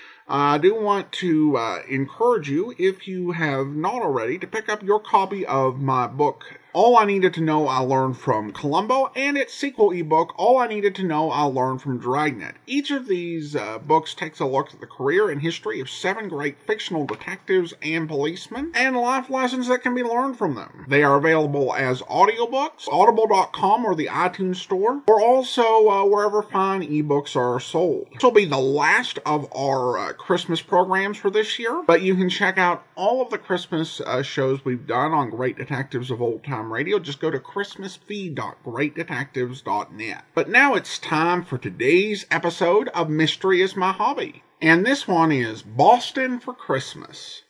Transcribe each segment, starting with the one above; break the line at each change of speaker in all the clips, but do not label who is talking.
I do want to uh, encourage you, if you have not already, to pick up your copy of my book, All I Needed to Know I Learned from Columbo, and its sequel ebook, All I Needed to Know I Learned from Dragnet. Each of these uh, books takes a look at the career and history of seven great fictional detectives and policemen, and life lessons that can be learned from them. They are available as audiobooks, audible.com or the iTunes Store, or also uh, wherever fine ebooks are sold. This will be the last of our uh, Christmas programs for this year, but you can check out all of the Christmas uh, shows we've done on Great Detectives of Old Time Radio. Just go to christmasfeed.greatdetectives.net. But now it's time for today's episode of Mystery is My Hobby. And this one is Boston for Christmas.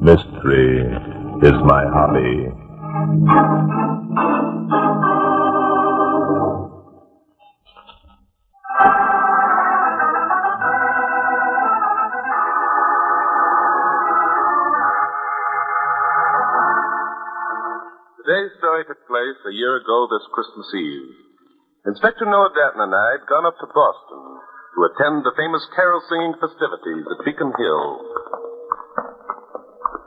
Mystery is my hobby.
Today's story took place a year ago this Christmas Eve. Inspector Noah Datton and I had gone up to Boston to attend the famous carol singing festivities at Beacon Hill.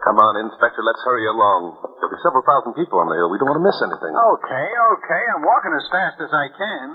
Come on, Inspector, let's hurry along. There'll be several thousand people on the hill. We don't want to miss anything.
Okay, okay. I'm walking as fast as I can.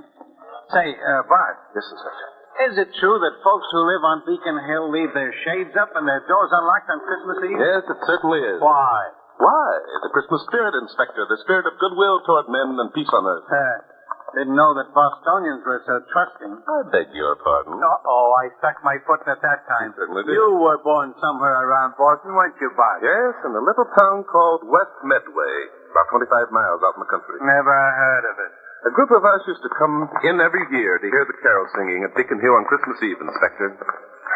Say, uh, Bart,
Yes, Inspector.
is it true that folks who live on Beacon Hill leave their shades up and their doors unlocked on Christmas Eve?
Yes, it certainly is.
Why?
Why? The Christmas spirit, Inspector. The spirit of goodwill toward men and peace on earth.
Uh, didn't know that Bostonians were so trusting.
I beg your pardon.
Uh-oh, I stuck my foot in at that time.
You certainly did.
You were born somewhere around Boston, weren't you, Bart?
Yes, in a little town called West Medway, about 25 miles out in the country.
Never heard of it.
A group of us used to come in every year to hear the carol singing at Beacon Hill on Christmas Eve, Inspector.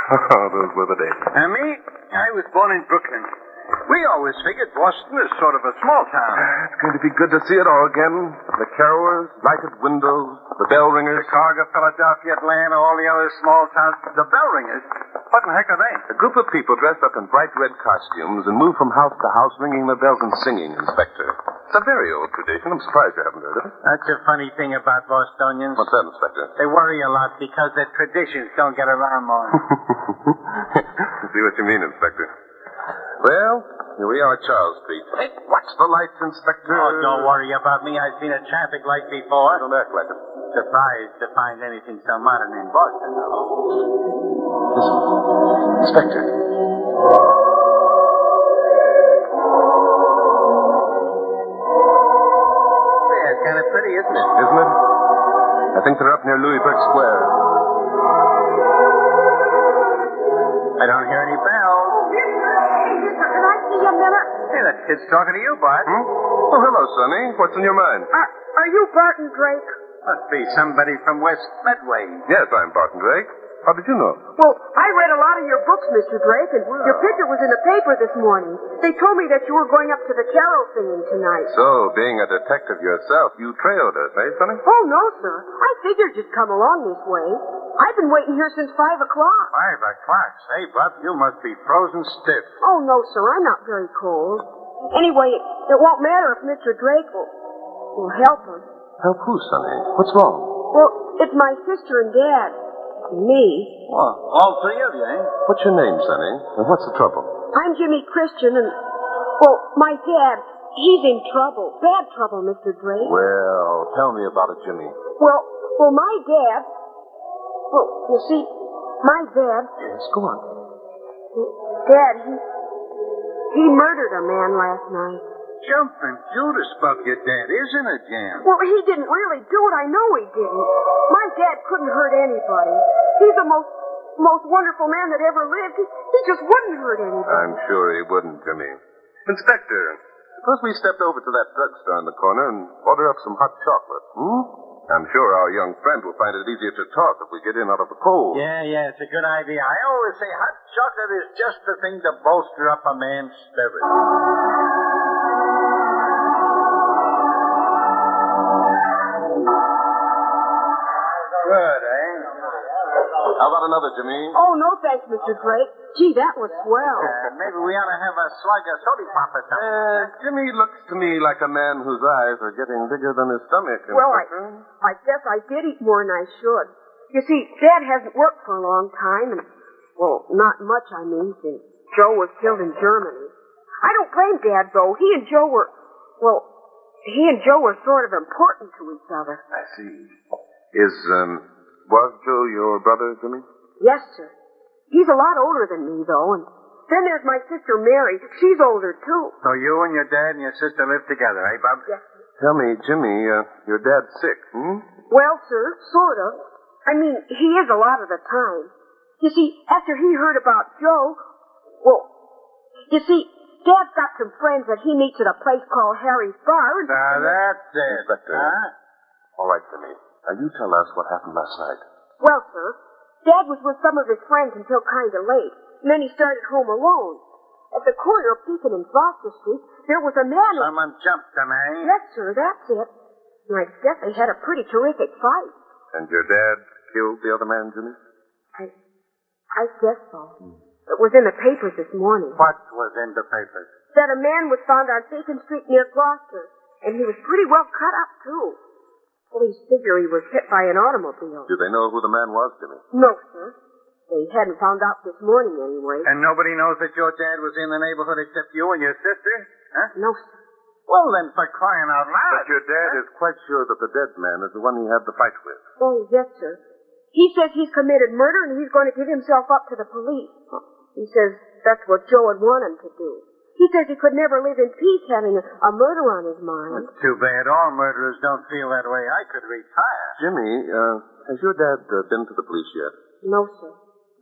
Oh, those were the days.
And me? I was born in Brooklyn. We always figured Boston is sort of a small town.
It's going to be good to see it all again. The carolers, lighted windows, the bell ringers.
Chicago, Philadelphia, Atlanta, all the other small towns. The bell ringers? What in the heck are they?
A group of people dressed up in bright red costumes and moved from house to house ringing their bells and singing, Inspector. It's a very old tradition. I'm surprised you haven't heard of it.
That's a funny thing about Bostonians.
What's that, Inspector?
They worry a lot because their traditions don't get around more.
See what you mean, Inspector. Well, here we are, Charles Street. Hey, watch the lights, Inspector.
oh, don't worry about me. I've seen a traffic light before.
Don't act like it.
Surprised to find anything so modern in Boston, though.
Listen, Inspector.
Yeah, it's kind of pretty, isn't it?
Isn't it? I think they're up near Louisburg Square.
I don't hear any bells. Hey, that kid's talking to you, Bart.
Hmm? Oh, hello, Sonny. What's in your mind?
Are, Uh, are you Barton Drake?
Must be somebody from West Medway.
Yes, I'm Barton Drake. How did you know?
Well, I read a lot of your books, Mr. Drake, and your picture was in the paper this morning. They told me that you were going up to the carol singing tonight.
So, being a detective yourself, you trailed us, eh, Sonny?
Oh, no, sir. I figured you'd come along this way. I've been waiting here since 5 o'clock.
Five o'clock. Say, Bob, you must be frozen stiff.
Oh, no, sir. I'm not very cold. Anyway, it, it won't matter if Mr. Drake will, will help us.
Help who, Sonny? What's wrong?
Well, it's my sister and dad. And me.
Well, all three of you, eh?
What's your name, Sonny? And what's the trouble?
I'm Jimmy Christian, and, well, my dad, he's in trouble. Bad trouble, Mr. Drake.
Well, tell me about it, Jimmy.
Well, well, my dad. Well, you see, my dad,
Yes, go on.
dad, he he murdered a man last night.
Jumping Judas, Bob, your dad is in a jam.
Well, he didn't really do it. I know he didn't. My dad couldn't hurt anybody. He's the most most wonderful man that ever lived. He, he just wouldn't hurt anybody.
I'm sure he wouldn't, Jimmy. Inspector, suppose we stepped over to that drugstore in the corner and order up some hot chocolate, hmm? I'm sure our young friend will find it easier to talk if we get in out of the cold.
Yeah, yeah, it's a good idea. I always say hot chocolate is just the thing to bolster up a man's spirit.
Good, eh?
How about another, Jimmy?
Oh, no thanks, Mr. Drake. Gee, that was swell.
Uh, maybe we ought to have a slug of soda pop or something.
Uh, Jimmy looks to me like a man whose eyes are getting bigger than his stomach.
Well, I, I guess I did eat more than I should. You see, Dad hasn't worked for a long time, and, well, not much, I mean, since Joe was killed in Germany. I don't blame Dad, though. He and Joe were, well, he and Joe were sort of important to each other.
I see. Is, um, was Joe your brother, Jimmy?
Yes, sir. He's a lot older than me, though, and then there's my sister Mary. She's older, too.
So you and your dad and your sister live together, eh, Bob?
Yes.
Tell me, Jimmy, uh, your dad's sick, hmm?
Well, sir, sort of. I mean, he is a lot of the time. You see, after he heard about Joe, well, you see, Dad's got some friends that he meets at a place called Harry's Bar. and-
Now Uh, that's it.
Inspector.
Huh?
All right, Jimmy. Now you tell us what happened last night.
Well, sir, Dad was with some of his friends until kind of late, and then he started home alone. At the corner of Beacon and Gloucester Street, there was a man.
Someone jumped him, eh?
Yes, sir, that's it. And I guess they had a pretty terrific fight.
And your dad killed the other man, Jimmy?
I, I guess so. It was in the papers this morning.
What was in the papers?
that a man was found on Beacon Street near Gloucester, and he was pretty well cut up, too. Police figure he was hit by an automobile.
Do they know who the man was, Jimmy?
No, sir. They hadn't found out this morning, anyway.
And nobody knows that your dad was in the neighborhood except you and your sister? Huh?
No, sir.
Well, then, for crying out loud.
But your dad is quite sure that the dead man is the one he had the fight with.
Oh, yes, sir. He says he's committed murder, and he's going to give himself up to the police. He says that's what Joe would want him to do. He says he could never live in peace having a, a murder on his mind.
Too bad all murderers don't feel that way. I could retire.
Jimmy, uh, has your dad uh, been to the police yet?
No, sir.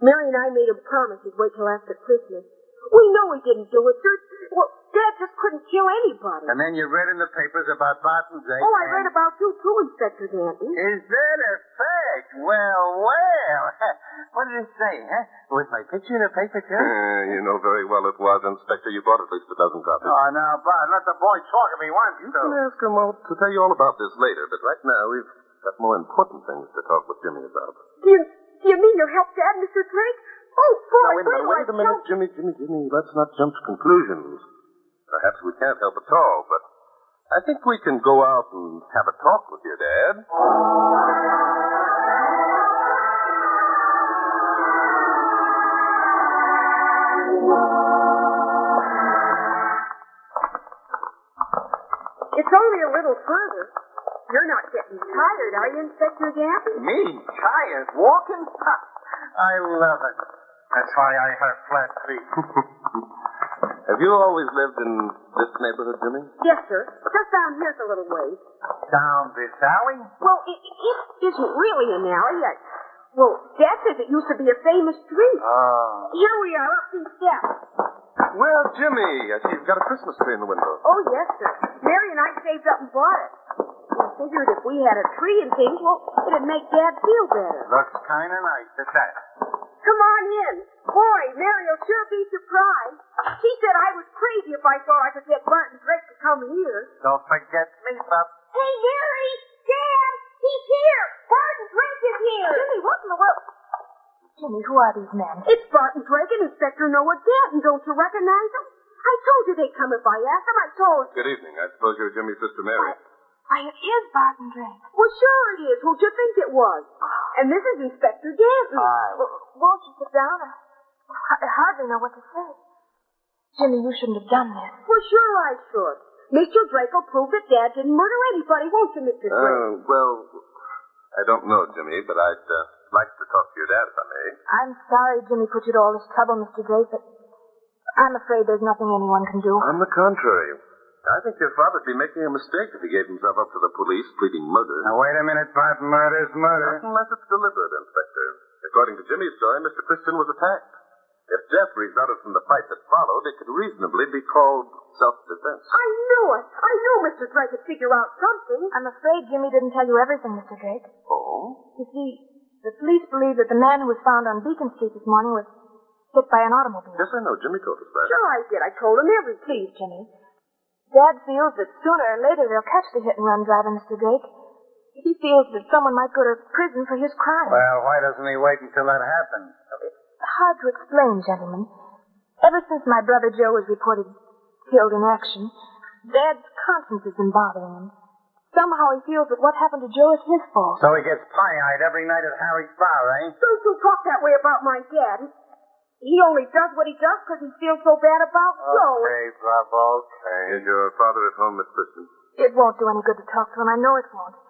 Mary and I made him promise he'd wait till after Christmas. We know he didn't do it, sir. Well, Dad just couldn't kill anybody.
And then you read in the papers about Barton's egg.
Oh, I read about you too, Inspector Danton.
Is that a fact? Well, well. What did it say, huh? Was my picture in the paper, too?
Uh, you know very well it was, Inspector. You bought at least a dozen copies.
Oh, now, Bart, let the boy talk if he wants
you
to.
can ask him all, to tell you all about this later, but right now we've got more important things to talk with Jimmy about.
Do you, do you mean you helped Dad, Mr. Drake? Oh,
Now, wait
boy,
a minute,
where
wait a
do I
minute,
go?
Jimmy, Jimmy, Jimmy. Let's not jump to conclusions. Perhaps we can't help at all, but I think we can go out and have a talk with your dad.
It's only a little further. You're not getting tired, are you, Inspector Danton?
Me, tired, walking pup. I love it. That's why I have flat feet.
Have you always lived in this neighborhood, Jimmy?
Yes, sir. Just down here's a little ways.
Down this alley?
Well, it, it isn't really an alley. I, well, Dad says it used to be a famous street.
Oh.
Here we are, up these steps.
Well, Jimmy, I see you've got a Christmas tree in the window.
Oh, yes, sir. Mary and I saved up and bought it. We figured if we had a tree and things, well, it'd make Dad feel better.
Looks kind of nice at that.
Come on in. Boy, Mary will sure be surprised. She said I was crazy if I thought I could get Barton Drake to come here.
Don't forget me, pup.
Hey, Mary! Dad! He's here! Barton Drake is here! Jimmy, what in the world?
Jimmy, who are these men?
It's Barton Drake and Inspector Noah Denton. Don't you recognize them? I told you they'd come if I asked them. I told you.
Good evening. I suppose you're Jimmy's sister Mary.
Why,
Why, it is Barton Drake.
Well, sure it is. Who'd you think it was? And this is Inspector Danton.
Hi.
Well, won't you sit down? I, I hardly know what to say. Jimmy, you shouldn't have done this.
For sure I should. Mr. Drake will prove that Dad didn't murder anybody, won't you, Mr. Drake?
Uh, well, I don't know, Jimmy, but I'd uh, like to talk to your dad if I may.
I'm sorry Jimmy put you to all this trouble, Mr. Drake, but I'm afraid there's nothing anyone can do.
On the contrary, I think your father'd be making a mistake if he gave himself up to the police pleading murder.
Now, wait a minute, Bart. Murder's murder.
Not unless it's deliberate, Inspector. According to Jimmy's story, Mr. Christian was attacked. If death resulted from the fight that followed, it could reasonably be called self-defense.
I knew it. I knew Mr. Drake could figure out something.
I'm afraid Jimmy didn't tell you everything, Mr. Drake.
Oh?
You see, the police believe that the man who was found on Beacon Street this morning was hit by an automobile.
Yes, I know. Jimmy told us that.
Sure I did. I told him everything.
Please, Jimmy. Dad feels that sooner or later they'll catch the hit and run driver, Mr. Drake. He feels that someone might go to prison for his crime.
Well, why doesn't he wait until that happens?
hard to explain, gentlemen. Ever since my brother Joe was reported killed in action, Dad's conscience has been bothering him. Somehow he feels that what happened to Joe is his fault.
So he gets pie-eyed every night at Harry's bar, eh?
Don't you talk that way about my dad. He only does what he does because he feels so bad about
Oh,
Joe.
Bob, okay.
Is your father at home, Miss Christian?
It won't do any good to talk to him. I know it won't.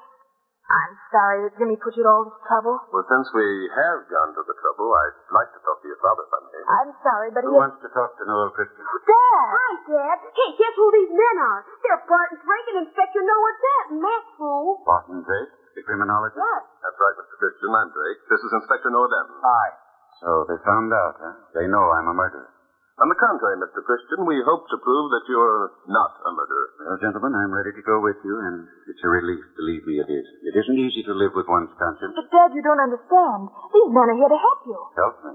I'm sorry that Jimmy put you to all this trouble.
Well, since we have gone to the trouble, I'd like to talk to your father someday.
I'm sorry, but he...
Who wants to talk to Noel Christian?
Dad!
Hi, Dad. Hey, guess who these men are? They're Barton Drake and Inspector Noah Dent and that fool.
Barton Drake, the criminologist.
Yes.
That's right, Mr. Christian. I'm Drake. This is Inspector Noah Denton.
Aye. So they found out, huh? They know I'm a murderer.
On the contrary, Mr. Christian, we hope to prove that you're not a murderer.
Well, gentlemen, I'm ready to go with you, and it's a relief. Believe me, it is. It isn't easy to live with one's conscience.
But, Dad, you don't understand. These men are here to help you.
Help me.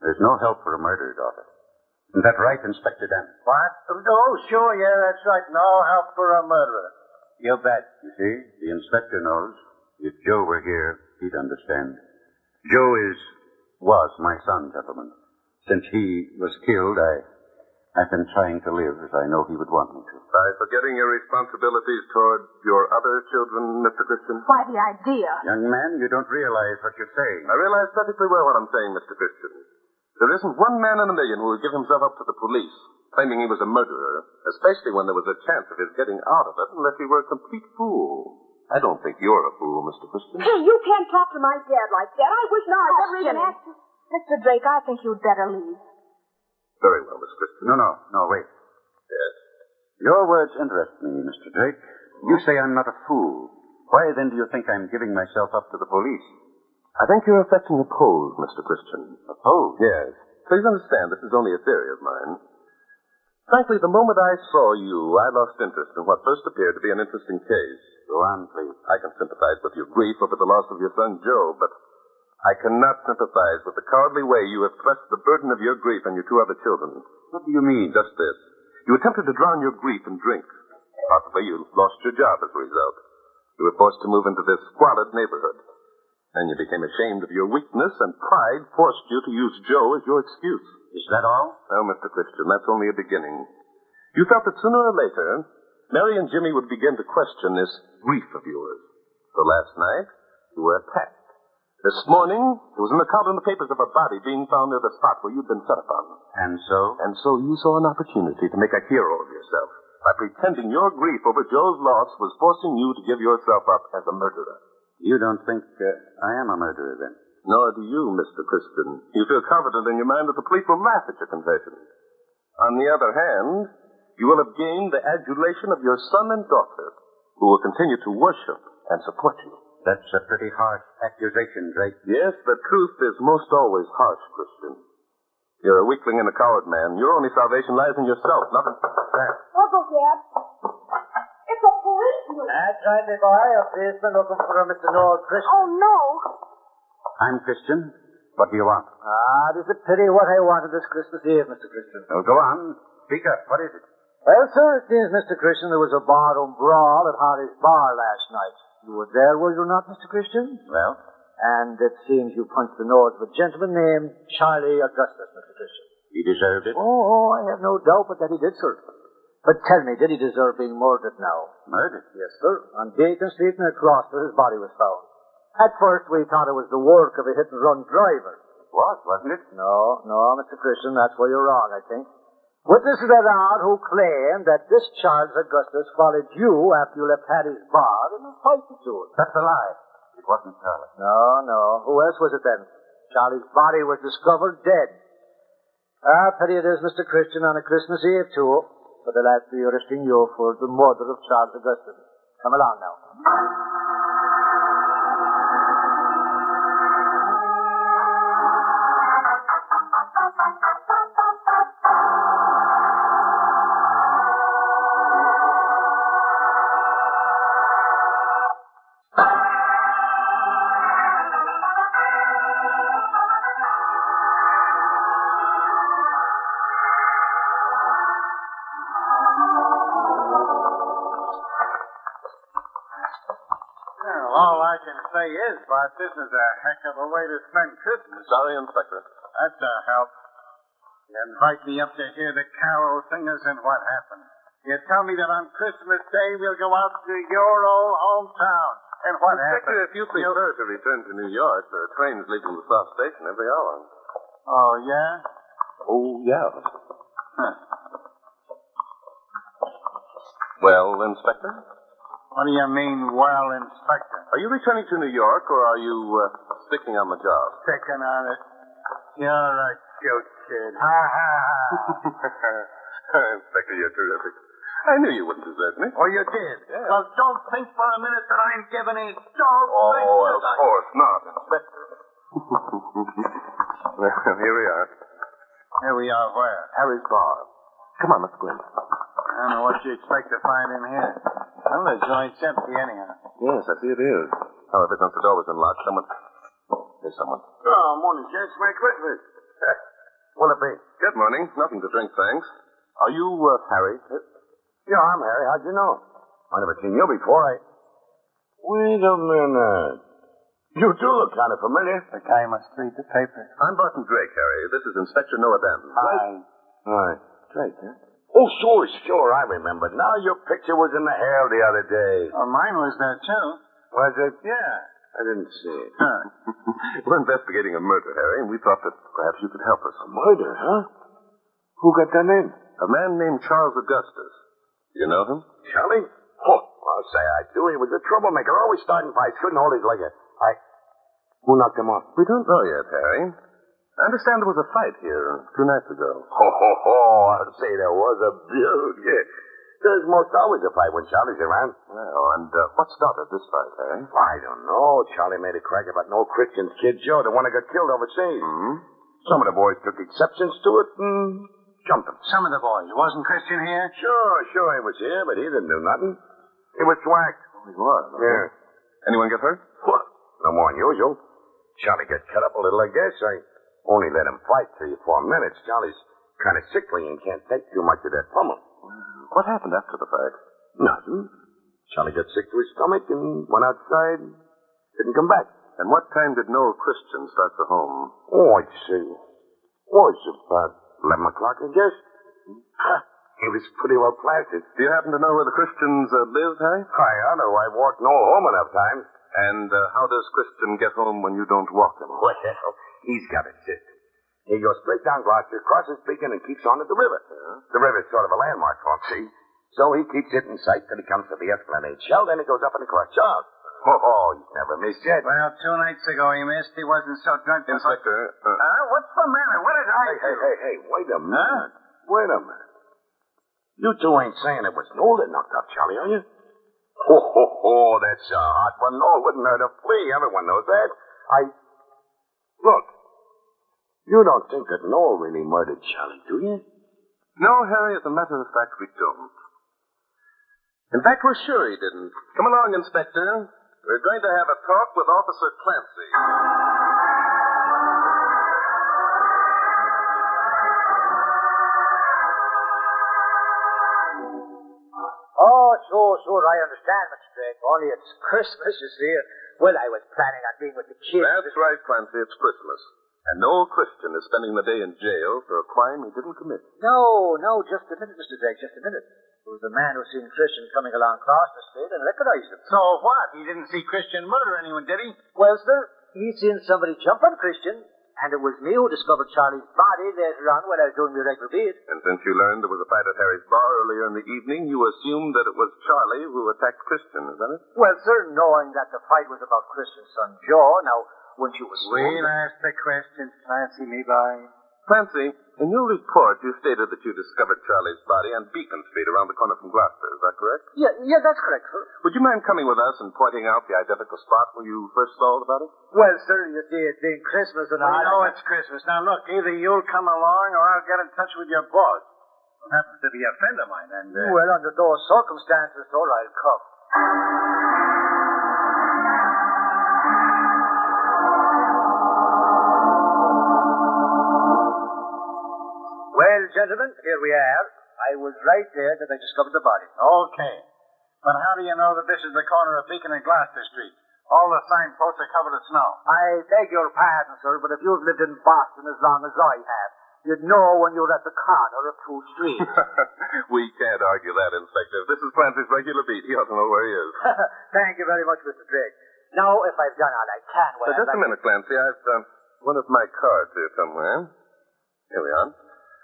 There's no help for a murderer, daughter. Isn't that right, Inspector Denton?
What? Oh, sure, yeah, that's right. No help for a murderer.
You bet. You see, the inspector knows. If Joe were here, he'd understand. Joe is, was my son, gentlemen. Since he was killed, I, I've been trying to live as I know he would want me to.
By forgetting your responsibilities toward your other children, Mr. Christian?
Why, the idea.
Young man, you don't realize what you're saying.
I realize perfectly well what I'm saying, Mr. Christian. There isn't one man in a million who would give himself up to the police, claiming he was a murderer, especially when there was a chance of his getting out of it unless he were a complete fool. I don't think you're a fool, Mr. Christian.
Hey, you can't talk to my dad like that. I wish now I'd never even
Jimmy.
asked you.
Mr. Drake, I think you'd better leave.
Very well, Miss Christian.
No, no, no, wait.
Yes.
Your words interest me, Mr. Drake. You say I'm not a fool. Why then do you think I'm giving myself up to the police?
I think you're affecting a pose, Mr. Christian. A pose? Yes. Please understand, this is only a theory of mine. Frankly, the moment I saw you, I lost interest in what first appeared to be an interesting case.
Go on, please.
I can sympathize with your grief over the loss of your son Joe, but I cannot sympathize with the cowardly way you have thrust the burden of your grief on your two other children.
What do you mean?
Just this. You attempted to drown your grief in drink. Possibly you lost your job as a result. You were forced to move into this squalid neighborhood. Then you became ashamed of your weakness, and pride forced you to use Joe as your excuse.
Is that all?
Well, Mr. Christian, that's only a beginning. You felt that sooner or later, Mary and Jimmy would begin to question this grief of yours. So last night, you were attacked. This morning, there was an account in the papers of a body being found near the spot where you'd been set upon.
And so?
And so you saw an opportunity to make a hero of yourself by pretending your grief over Joe's loss was forcing you to give yourself up as a murderer.
You don't think uh, I am a murderer, then?
Nor do you, Mr. Christian. You feel confident in your mind that the police will laugh at your confession. On the other hand, you will have gained the adulation of your son and daughter, who will continue to worship and support you.
That's a pretty harsh accusation, Drake.
Yes, the truth is most always harsh, Christian. You're a weakling and a coward, man. Your only salvation lies in yourself, not in...
Uncle Oh, Dad, it's a policeman.
That's right, me boy. A policeman looking for a Mr. Noel Christian.
Oh, no.
I'm Christian. What do you want?
Ah, it is a pity what I wanted this Christmas Eve, Mr. Christian.
Well, go on. Speak up. What is it?
Well, sir, it seems, Mr. Christian, there was a barroom brawl at Harry's bar last night. You were there, were you not, Mr. Christian?
Well,
And it seems you punched the nose of a gentleman named Charlie Augustus, Mr. Christian.
he deserved it.
Oh, oh, I have no doubt but that he did, sir. But tell me, did he deserve being murdered now?
Murder.
Yes, sir. On Beacon Street near Gloucester, his body was found. At first, we thought it was the work of a hit-and-run driver.
It was, wasn't it?
No, no, Mr. Christian, that's where you're wrong, I think. Witnesses are out who claim that this Charles Augustus followed you after you left Hattie's bar and fighting to it.
That's a lie. It wasn't Charlie.
No, no. Who else was it then? Charlie's body was discovered dead. Ah, pity it is, Mr. Christian, on a Christmas Eve, too. But I'll have to be arresting you for the murder of Charles Augustus. Come along now.
can say is, but this is a heck of a way to spend Christmas.
Sorry, Inspector.
That's a help. You invite me up to hear the carol singers and what happened. You tell me that on Christmas Day we'll go out to your old hometown. And what
Inspector,
happened?
if you prefer to return to New York, there are trains leaving the South Station every hour.
Oh, yeah?
Oh, yeah. Well, Inspector,
What do you mean, well, Inspector?
are you returning to New York or are you uh, sticking on the job?
Picking on it. You're a cute kid. Ha ha ha.
Inspector, you're terrific. I knew you wouldn't desert me.
Oh, you did?
Yeah.
Well, don't think for a minute that I'm giving a dog.
Oh, course not, Inspector. well, here we are.
Here we are, where?
Harry's bar. Come on, let's go in.
I don't know what you expect to find in here. Well, the joint's empty anyhow.
Yes, I see Oh, it is. However, since the door was unlocked, someone. There's someone.
Oh, morning, gents. Merry Christmas.
Will it be? Good morning. Nothing to drink, thanks. Are you uh, Harry?
Yeah, I'm Harry. How'd you know?
I never seen you before. I.
Wait a minute. You do look kind of familiar.
The guy must read the paper.
I'm Barton Drake, Harry. This is Inspector Noah Benton.
Hi.
Aye. Drake, huh? Oh, sure, sure, I remember. Now your picture was in the Herald the other day.
Oh, mine was there, too.
Was it?
Yeah.
I didn't see it.
Huh.
We're investigating a murder, Harry, and we thought that perhaps you could help us.
Murder, huh? Who got that in?
A man named Charles Augustus. You know him?
Charlie? Oh, I'll say I do. He was a troublemaker, always starting fights, couldn't hold his leg up. I. Who knocked him off?
We don't know yet, Harry. I understand there was a fight here two nights ago.
Ho, ho, ho. I'll say there was a beauty. There's most always a fight when Charlie's around.
Well, and uh, what started this fight, Harry?
I don't know. Charlie made a crack about no Christian kid Joe, the one that got killed overseas.
Hmm?
Some of the boys took exceptions to it and jumped him.
Some of the boys. Wasn't Christian here?
Sure, sure, he was here, but he didn't do nothing. He was whacked.
He was.
Yeah.
Anyone get hurt?
What? No more than usual. Charlie got cut up a little, I guess. I only let him fight three or four minutes. Charlie's kind of sickly and can't take too much of that pummel.
What happened after the fight?
Nothing. Charlie got sick to his stomach and went outside. Didn't come back.
And what time did Noel Christian start for home?
Oh, I'd say.
Oh,
Was about 11 o'clock, I guess. Huh, He was pretty well plastered.
Do you happen to know where the Christians uh, lived, Harry?
I ought to. I walked no home enough times.
And uh, how does Christian get home when you don't walk him?
Well, he's got a system. He goes straight down Gloucester, crosses Beacon, and keeps on to the river. The river's sort of a landmark for him, see? So he keeps it in sight till he comes to the Esplanade Shell, then he goes up and across Charles. Oh, oh, he's never missed yet.
Well, two nights ago he missed. He wasn't so drunk. that-
Inspector, uh,
Huh? What's the matter? What did I
Hey,
do?
hey, hey, hey, wait a minute. Wait a minute. You two ain't saying it was Noel that knocked up Charlie, are you? Ho, ho, ho, that's a hot one. Noel wouldn't hurt a flea. Everyone knows that. I. Look. You don't think that Noel really murdered Charlie, do you?
no, Harry, as a matter of fact, we don't. In fact, we're sure he didn't. Come along, Inspector. We're going to have a talk with Officer Clancy.
Oh, sure, sure. I understand, Mr. Drake. Only it's Christmas, you see. Well, I was planning on being with the kids.
That's right, Clancy. It's Christmas. And Noel Christian is spending the day in jail for a crime he didn't commit.
No, no, just a minute, Mr. Drake, just a minute. It was the man who seen Christian coming along Gloucester Street and recognized him.
So what? He didn't see Christian murder anyone, did he?
Well, sir, he seen somebody jump on Christian, and it was me who discovered Charlie's body later on when I was doing my regular beat.
And since you learned there was a fight at Harry's bar earlier in the evening, you assumed that it was Charlie who attacked Christian, is that it?
Well, sir, knowing that the fight was about Christian's son Joe, now, when she was...
We'll ask the questions, Clancy, me boy.
Clancy, in your report, you stated that you discovered Charlie's body on Beacon Street around the corner from Gloucester. Is that correct?
Yeah, yeah, that's correct, sir.
Would you mind coming with us and pointing out the identical spot where you first saw the body?
Well, sir, you see, it being Christmas and
We
all...
know it's Christmas. Now look, either you'll come along or I'll get in touch with your boss. Who happens to be a friend of mine, and uh,
Well, under those circumstances, sir, I'll come. Well, gentlemen, here we are. I was right there that I discovered the body.
Okay. But how do you know that this is the corner of Beacon and Gloucester Street?
All the signposts are covered with snow.
I beg your pardon, sir, but if you've lived in Boston as long as I have, you'd know when you're at the corner of two streets.
we can't argue that, Inspector. This is Clancy's regular beat. He ought to know where he is.
Thank you very much, Mr. Drake. Now, if I've done all I can, well,
Now, just a
I'd like-
minute, Clancy. I've um, one of my cards here somewhere. Here we are.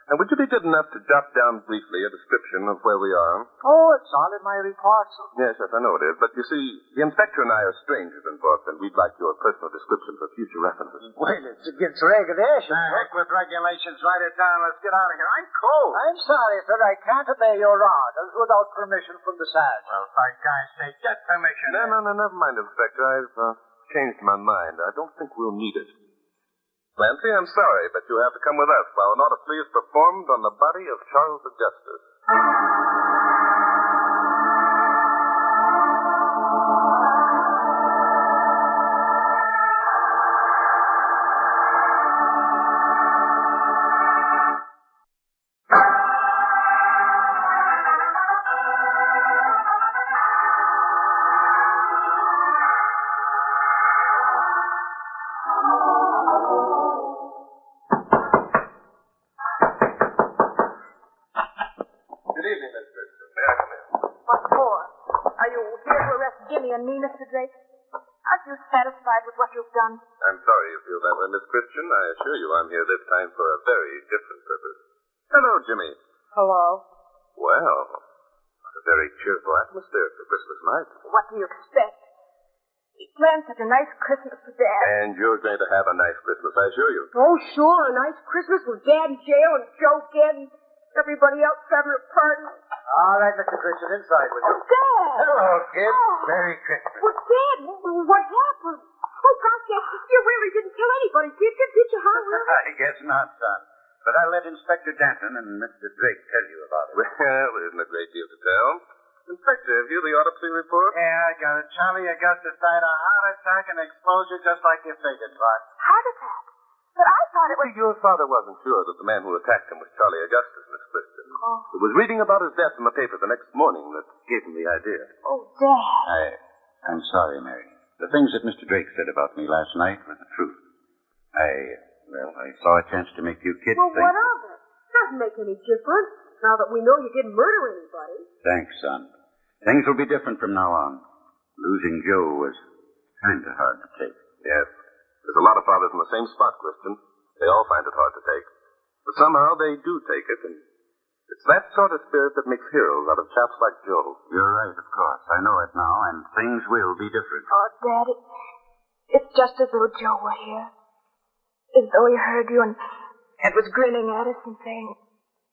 And would you be good enough to jot down briefly a description of where we are?
Oh, it's all in my report, sir.
Yes, yes, I know it is. But you see, the inspector and I are strangers in Boston. We'd like your personal description for future references.
Well, it's against regulation.
The heck with regulations. Write it down. Let's get out of here. I'm cold.
I'm sorry, sir. I can't obey your orders without permission from the sergeant.
Well, for God's sake, get permission.
No, no, no, never mind, Inspector. I've uh, changed my mind. I don't think we'll need it. Clancy, I'm sorry, but you have to come with us while an autopsy is performed on the body of Charles Augustus. Good evening, Miss Christian. May I come in?
What for? Are you here to arrest Jimmy and me, Mr. Drake? Aren't you satisfied with what you've done?
I'm sorry you feel that way, Miss Christian. I assure you I'm here this time for a very different purpose. Hello, Jimmy.
Hello?
Well, what a very cheerful atmosphere for Christmas night.
What do you expect? He planned such a nice Christmas for Dad.
And you're going to have a nice Christmas, I assure you.
Oh, sure, a nice Christmas with Dad in jail and Joe dead and everybody else having a party.
All right, Mr. Christian, inside with you.
Oh, Dad!
Hello, kid.
Oh.
Merry Christmas.
Well, Dad, w- w- what happened? Oh, gosh, Dad, you really didn't tell anybody, did you? Did you, huh, really?
I guess not, son. But I'll let Inspector Danton and Mr. Drake tell you about
Well, there isn't a great deal to tell. Inspector, have you the autopsy report?
Yeah, I got it. Charlie Augustus died of heart attack and exposure just like you figured, Bud.
Heart attack. But I thought it was...
Your father wasn't sure that the man who attacked him was Charlie Augustus, Miss Christian. It was reading about his death in the paper the next morning that gave him the idea.
Oh, Dad.
I, I'm sorry, Mary. The things that Mr. Drake said about me last night were the truth. I, well, I saw a chance to make you kids
Well,
think.
what of it? Doesn't make any difference now that we know you didn't murder anybody.
Thanks, son. Things will be different from now on. Losing Joe was kind of hard to take.
Yes. There's a lot of fathers in the same spot, Christian. They all find it hard to take. But somehow they do take it, and it's that sort of spirit that makes heroes out of chaps like Joe.
You're right, of course. I know it now, and things will be different.
Oh, Dad, it, it's just as though Joe were here. As though he heard you and, and was grinning at us and saying,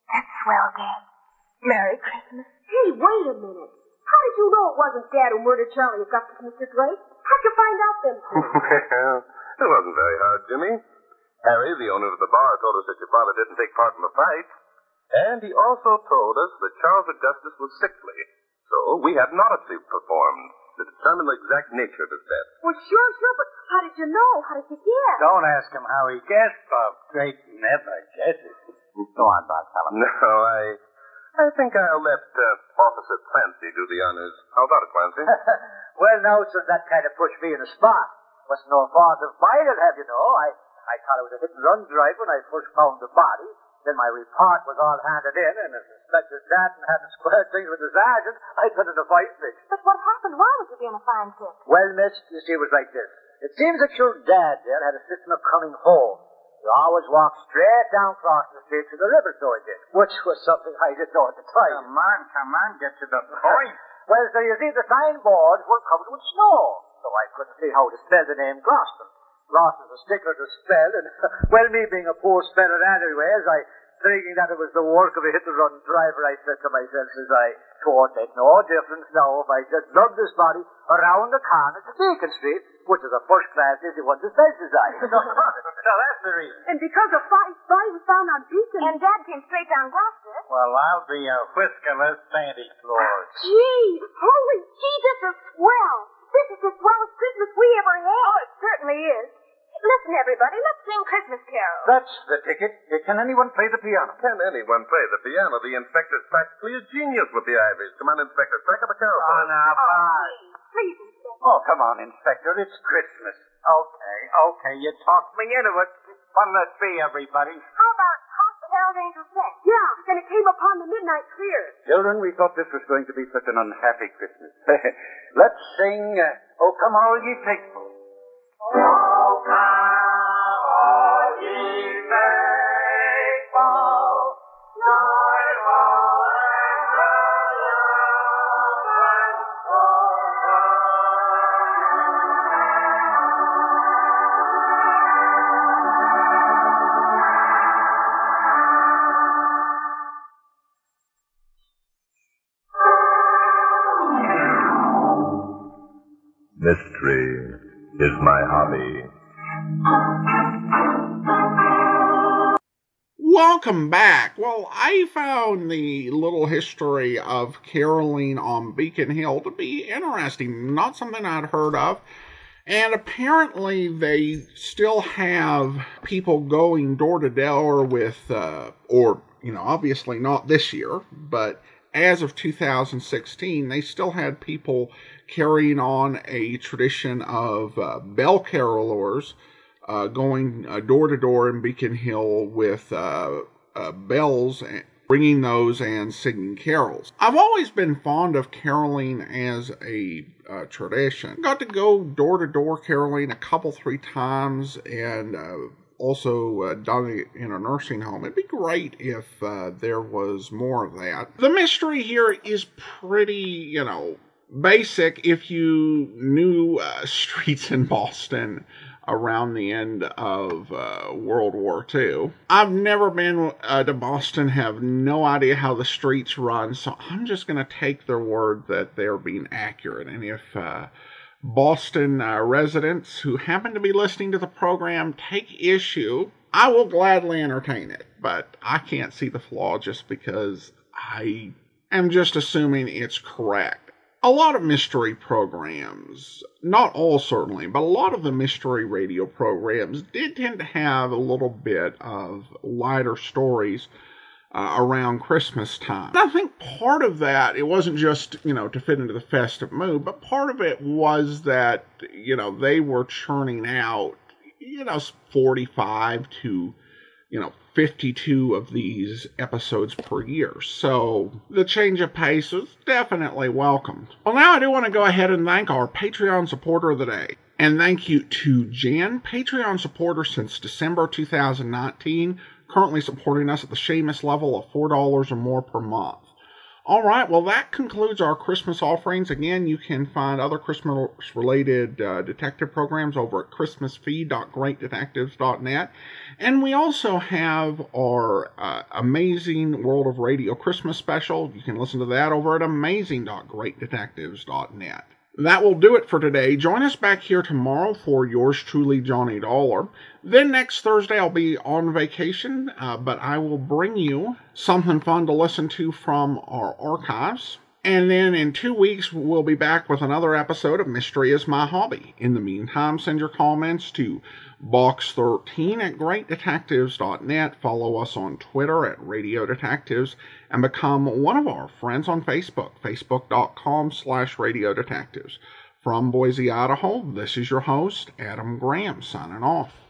That's swell, Dad. Merry Christmas.
Hey, wait a minute. How did you know it wasn't Dad who murdered Charlie Augustus, Mr. Drake? How'd you find out then?
well, it wasn't very hard, Jimmy. Harry, the owner of the bar, told us that your father didn't take part in the fight. And he also told us that Charles Augustus was sickly. So we had an autopsy performed to determine the exact nature of his death.
well, sure, sure, but how did you know? How did you guess?
Don't ask him how he guessed, Bob. Drake never guesses.
Go on, Bob. Tell him.
No, I. I think I'll let uh, Officer Clancy do the honors. How about it, Clancy?
Uh,
well, now, sir, that kind of pushed me in a spot. Was no fault of mine, I'll have you know. I, I thought it was a hit and run drive when I first found the body. Then my report was all handed in, and if Inspector Danton hadn't squared things with the sergeant, I couldn't have fight fixed.
But what happened? Why was he being a fine kid?
Well, miss, you see, it was like this. It seems that your dad there had a system of coming home. You always walked straight down across the street to the river, so he did, which was something I didn't know at the time.
Come on, come on, get to the point.
Well, so you see, the signboards were covered with snow, so I couldn't see how to spell the name Gloston. Gloston's a stickler to spell, and, well, me being a poor speller anyways, I, thinking that it was the work of a hit-and-run driver, I said to myself, as I thought that no difference now if I just lug this body around the corner to Beacon Street, which is a first-class easy one to specialize.
now, that's the reason.
And because the fight, body was found on Beacon.
And Dad came straight down Gloucester.
Well, I'll be a whiskerless Santa Claus.
Gee, holy gee, this is swell. This is the swellest Christmas we ever had.
Oh, it certainly is. Listen, everybody, let's sing Christmas carols.
That's the ticket.
Uh,
Can anyone play the piano?
Can anyone play the piano? The inspector's practically a genius with the ivories. Come on, Inspector, strike up a carol. for
Oh,
us.
now,
Oh,
Bob.
please, please, Inspector.
Oh, come on, Inspector. It's Christmas.
Okay, okay, you talked me into it. Fun let's be, everybody.
How about Hotel Angel Deck?
Yeah, and it came upon the midnight clear.
Children, we thought this was going to be such an unhappy Christmas. Let's sing, uh, Oh, Come All Ye Faithful.
Mystery is my hobby.
Welcome back. Well, I found the little history of caroling on Beacon Hill to be interesting, not something I'd heard of. And apparently, they still have people going door to door with, uh, or, you know, obviously not this year, but as of 2016, they still had people carrying on a tradition of uh, bell carolers uh, going uh, door to door in Beacon Hill with uh, uh, bells and bringing those and singing carols. I've always been fond of caroling as a uh, tradition. Got to go door to door caroling a couple, three times, and uh, also uh, done it in a nursing home. It'd be great if uh, there was more of that. The mystery here is pretty, you know, basic if you knew uh, streets in Boston around the end of uh, World War II. I've never been uh, to Boston, have no idea how the streets run, so I'm just going to take their word that they're being accurate. And if uh, Boston uh, residents who happen to be listening to the program take issue, I will gladly entertain it, but I can't see the flaw just because I am just assuming it's correct. A lot of mystery programs, not all certainly, but a lot of the mystery radio programs did tend to have a little bit of lighter stories uh, around Christmas time. And I think part of that, it wasn't just, you know, to fit into the festive mood, but part of it was that, you know, they were churning out, you know, 45 to, you know, 52 of these episodes per year. So the change of pace was definitely welcomed. Well, now I do want to go ahead and thank our Patreon supporter of the day. And thank you to Jan, Patreon supporter since December 2019 currently supporting us at the Seamus level of $4 or more per month. All right, well, that concludes our Christmas offerings. Again, you can find other Christmas related uh, detective programs over at christmasfeed.greatdetectives.net. And we also have our uh, amazing World of Radio Christmas special. You can listen to that over at amazing.greatdetectives.net. That will do it for today. Join us back here tomorrow for yours truly, Johnny Dollar. Then next Thursday, I'll be on vacation, uh, but I will bring you something fun to listen to from our archives. And then in two weeks, we'll be back with another episode of Mystery is My Hobby. In the meantime, send your comments to box13 at greatdetectives.net. Follow us on Twitter at Radio Detectives and become one of our friends on Facebook, facebook.com slash Radio Detectives. From Boise, Idaho, this is your host, Adam Graham, signing off.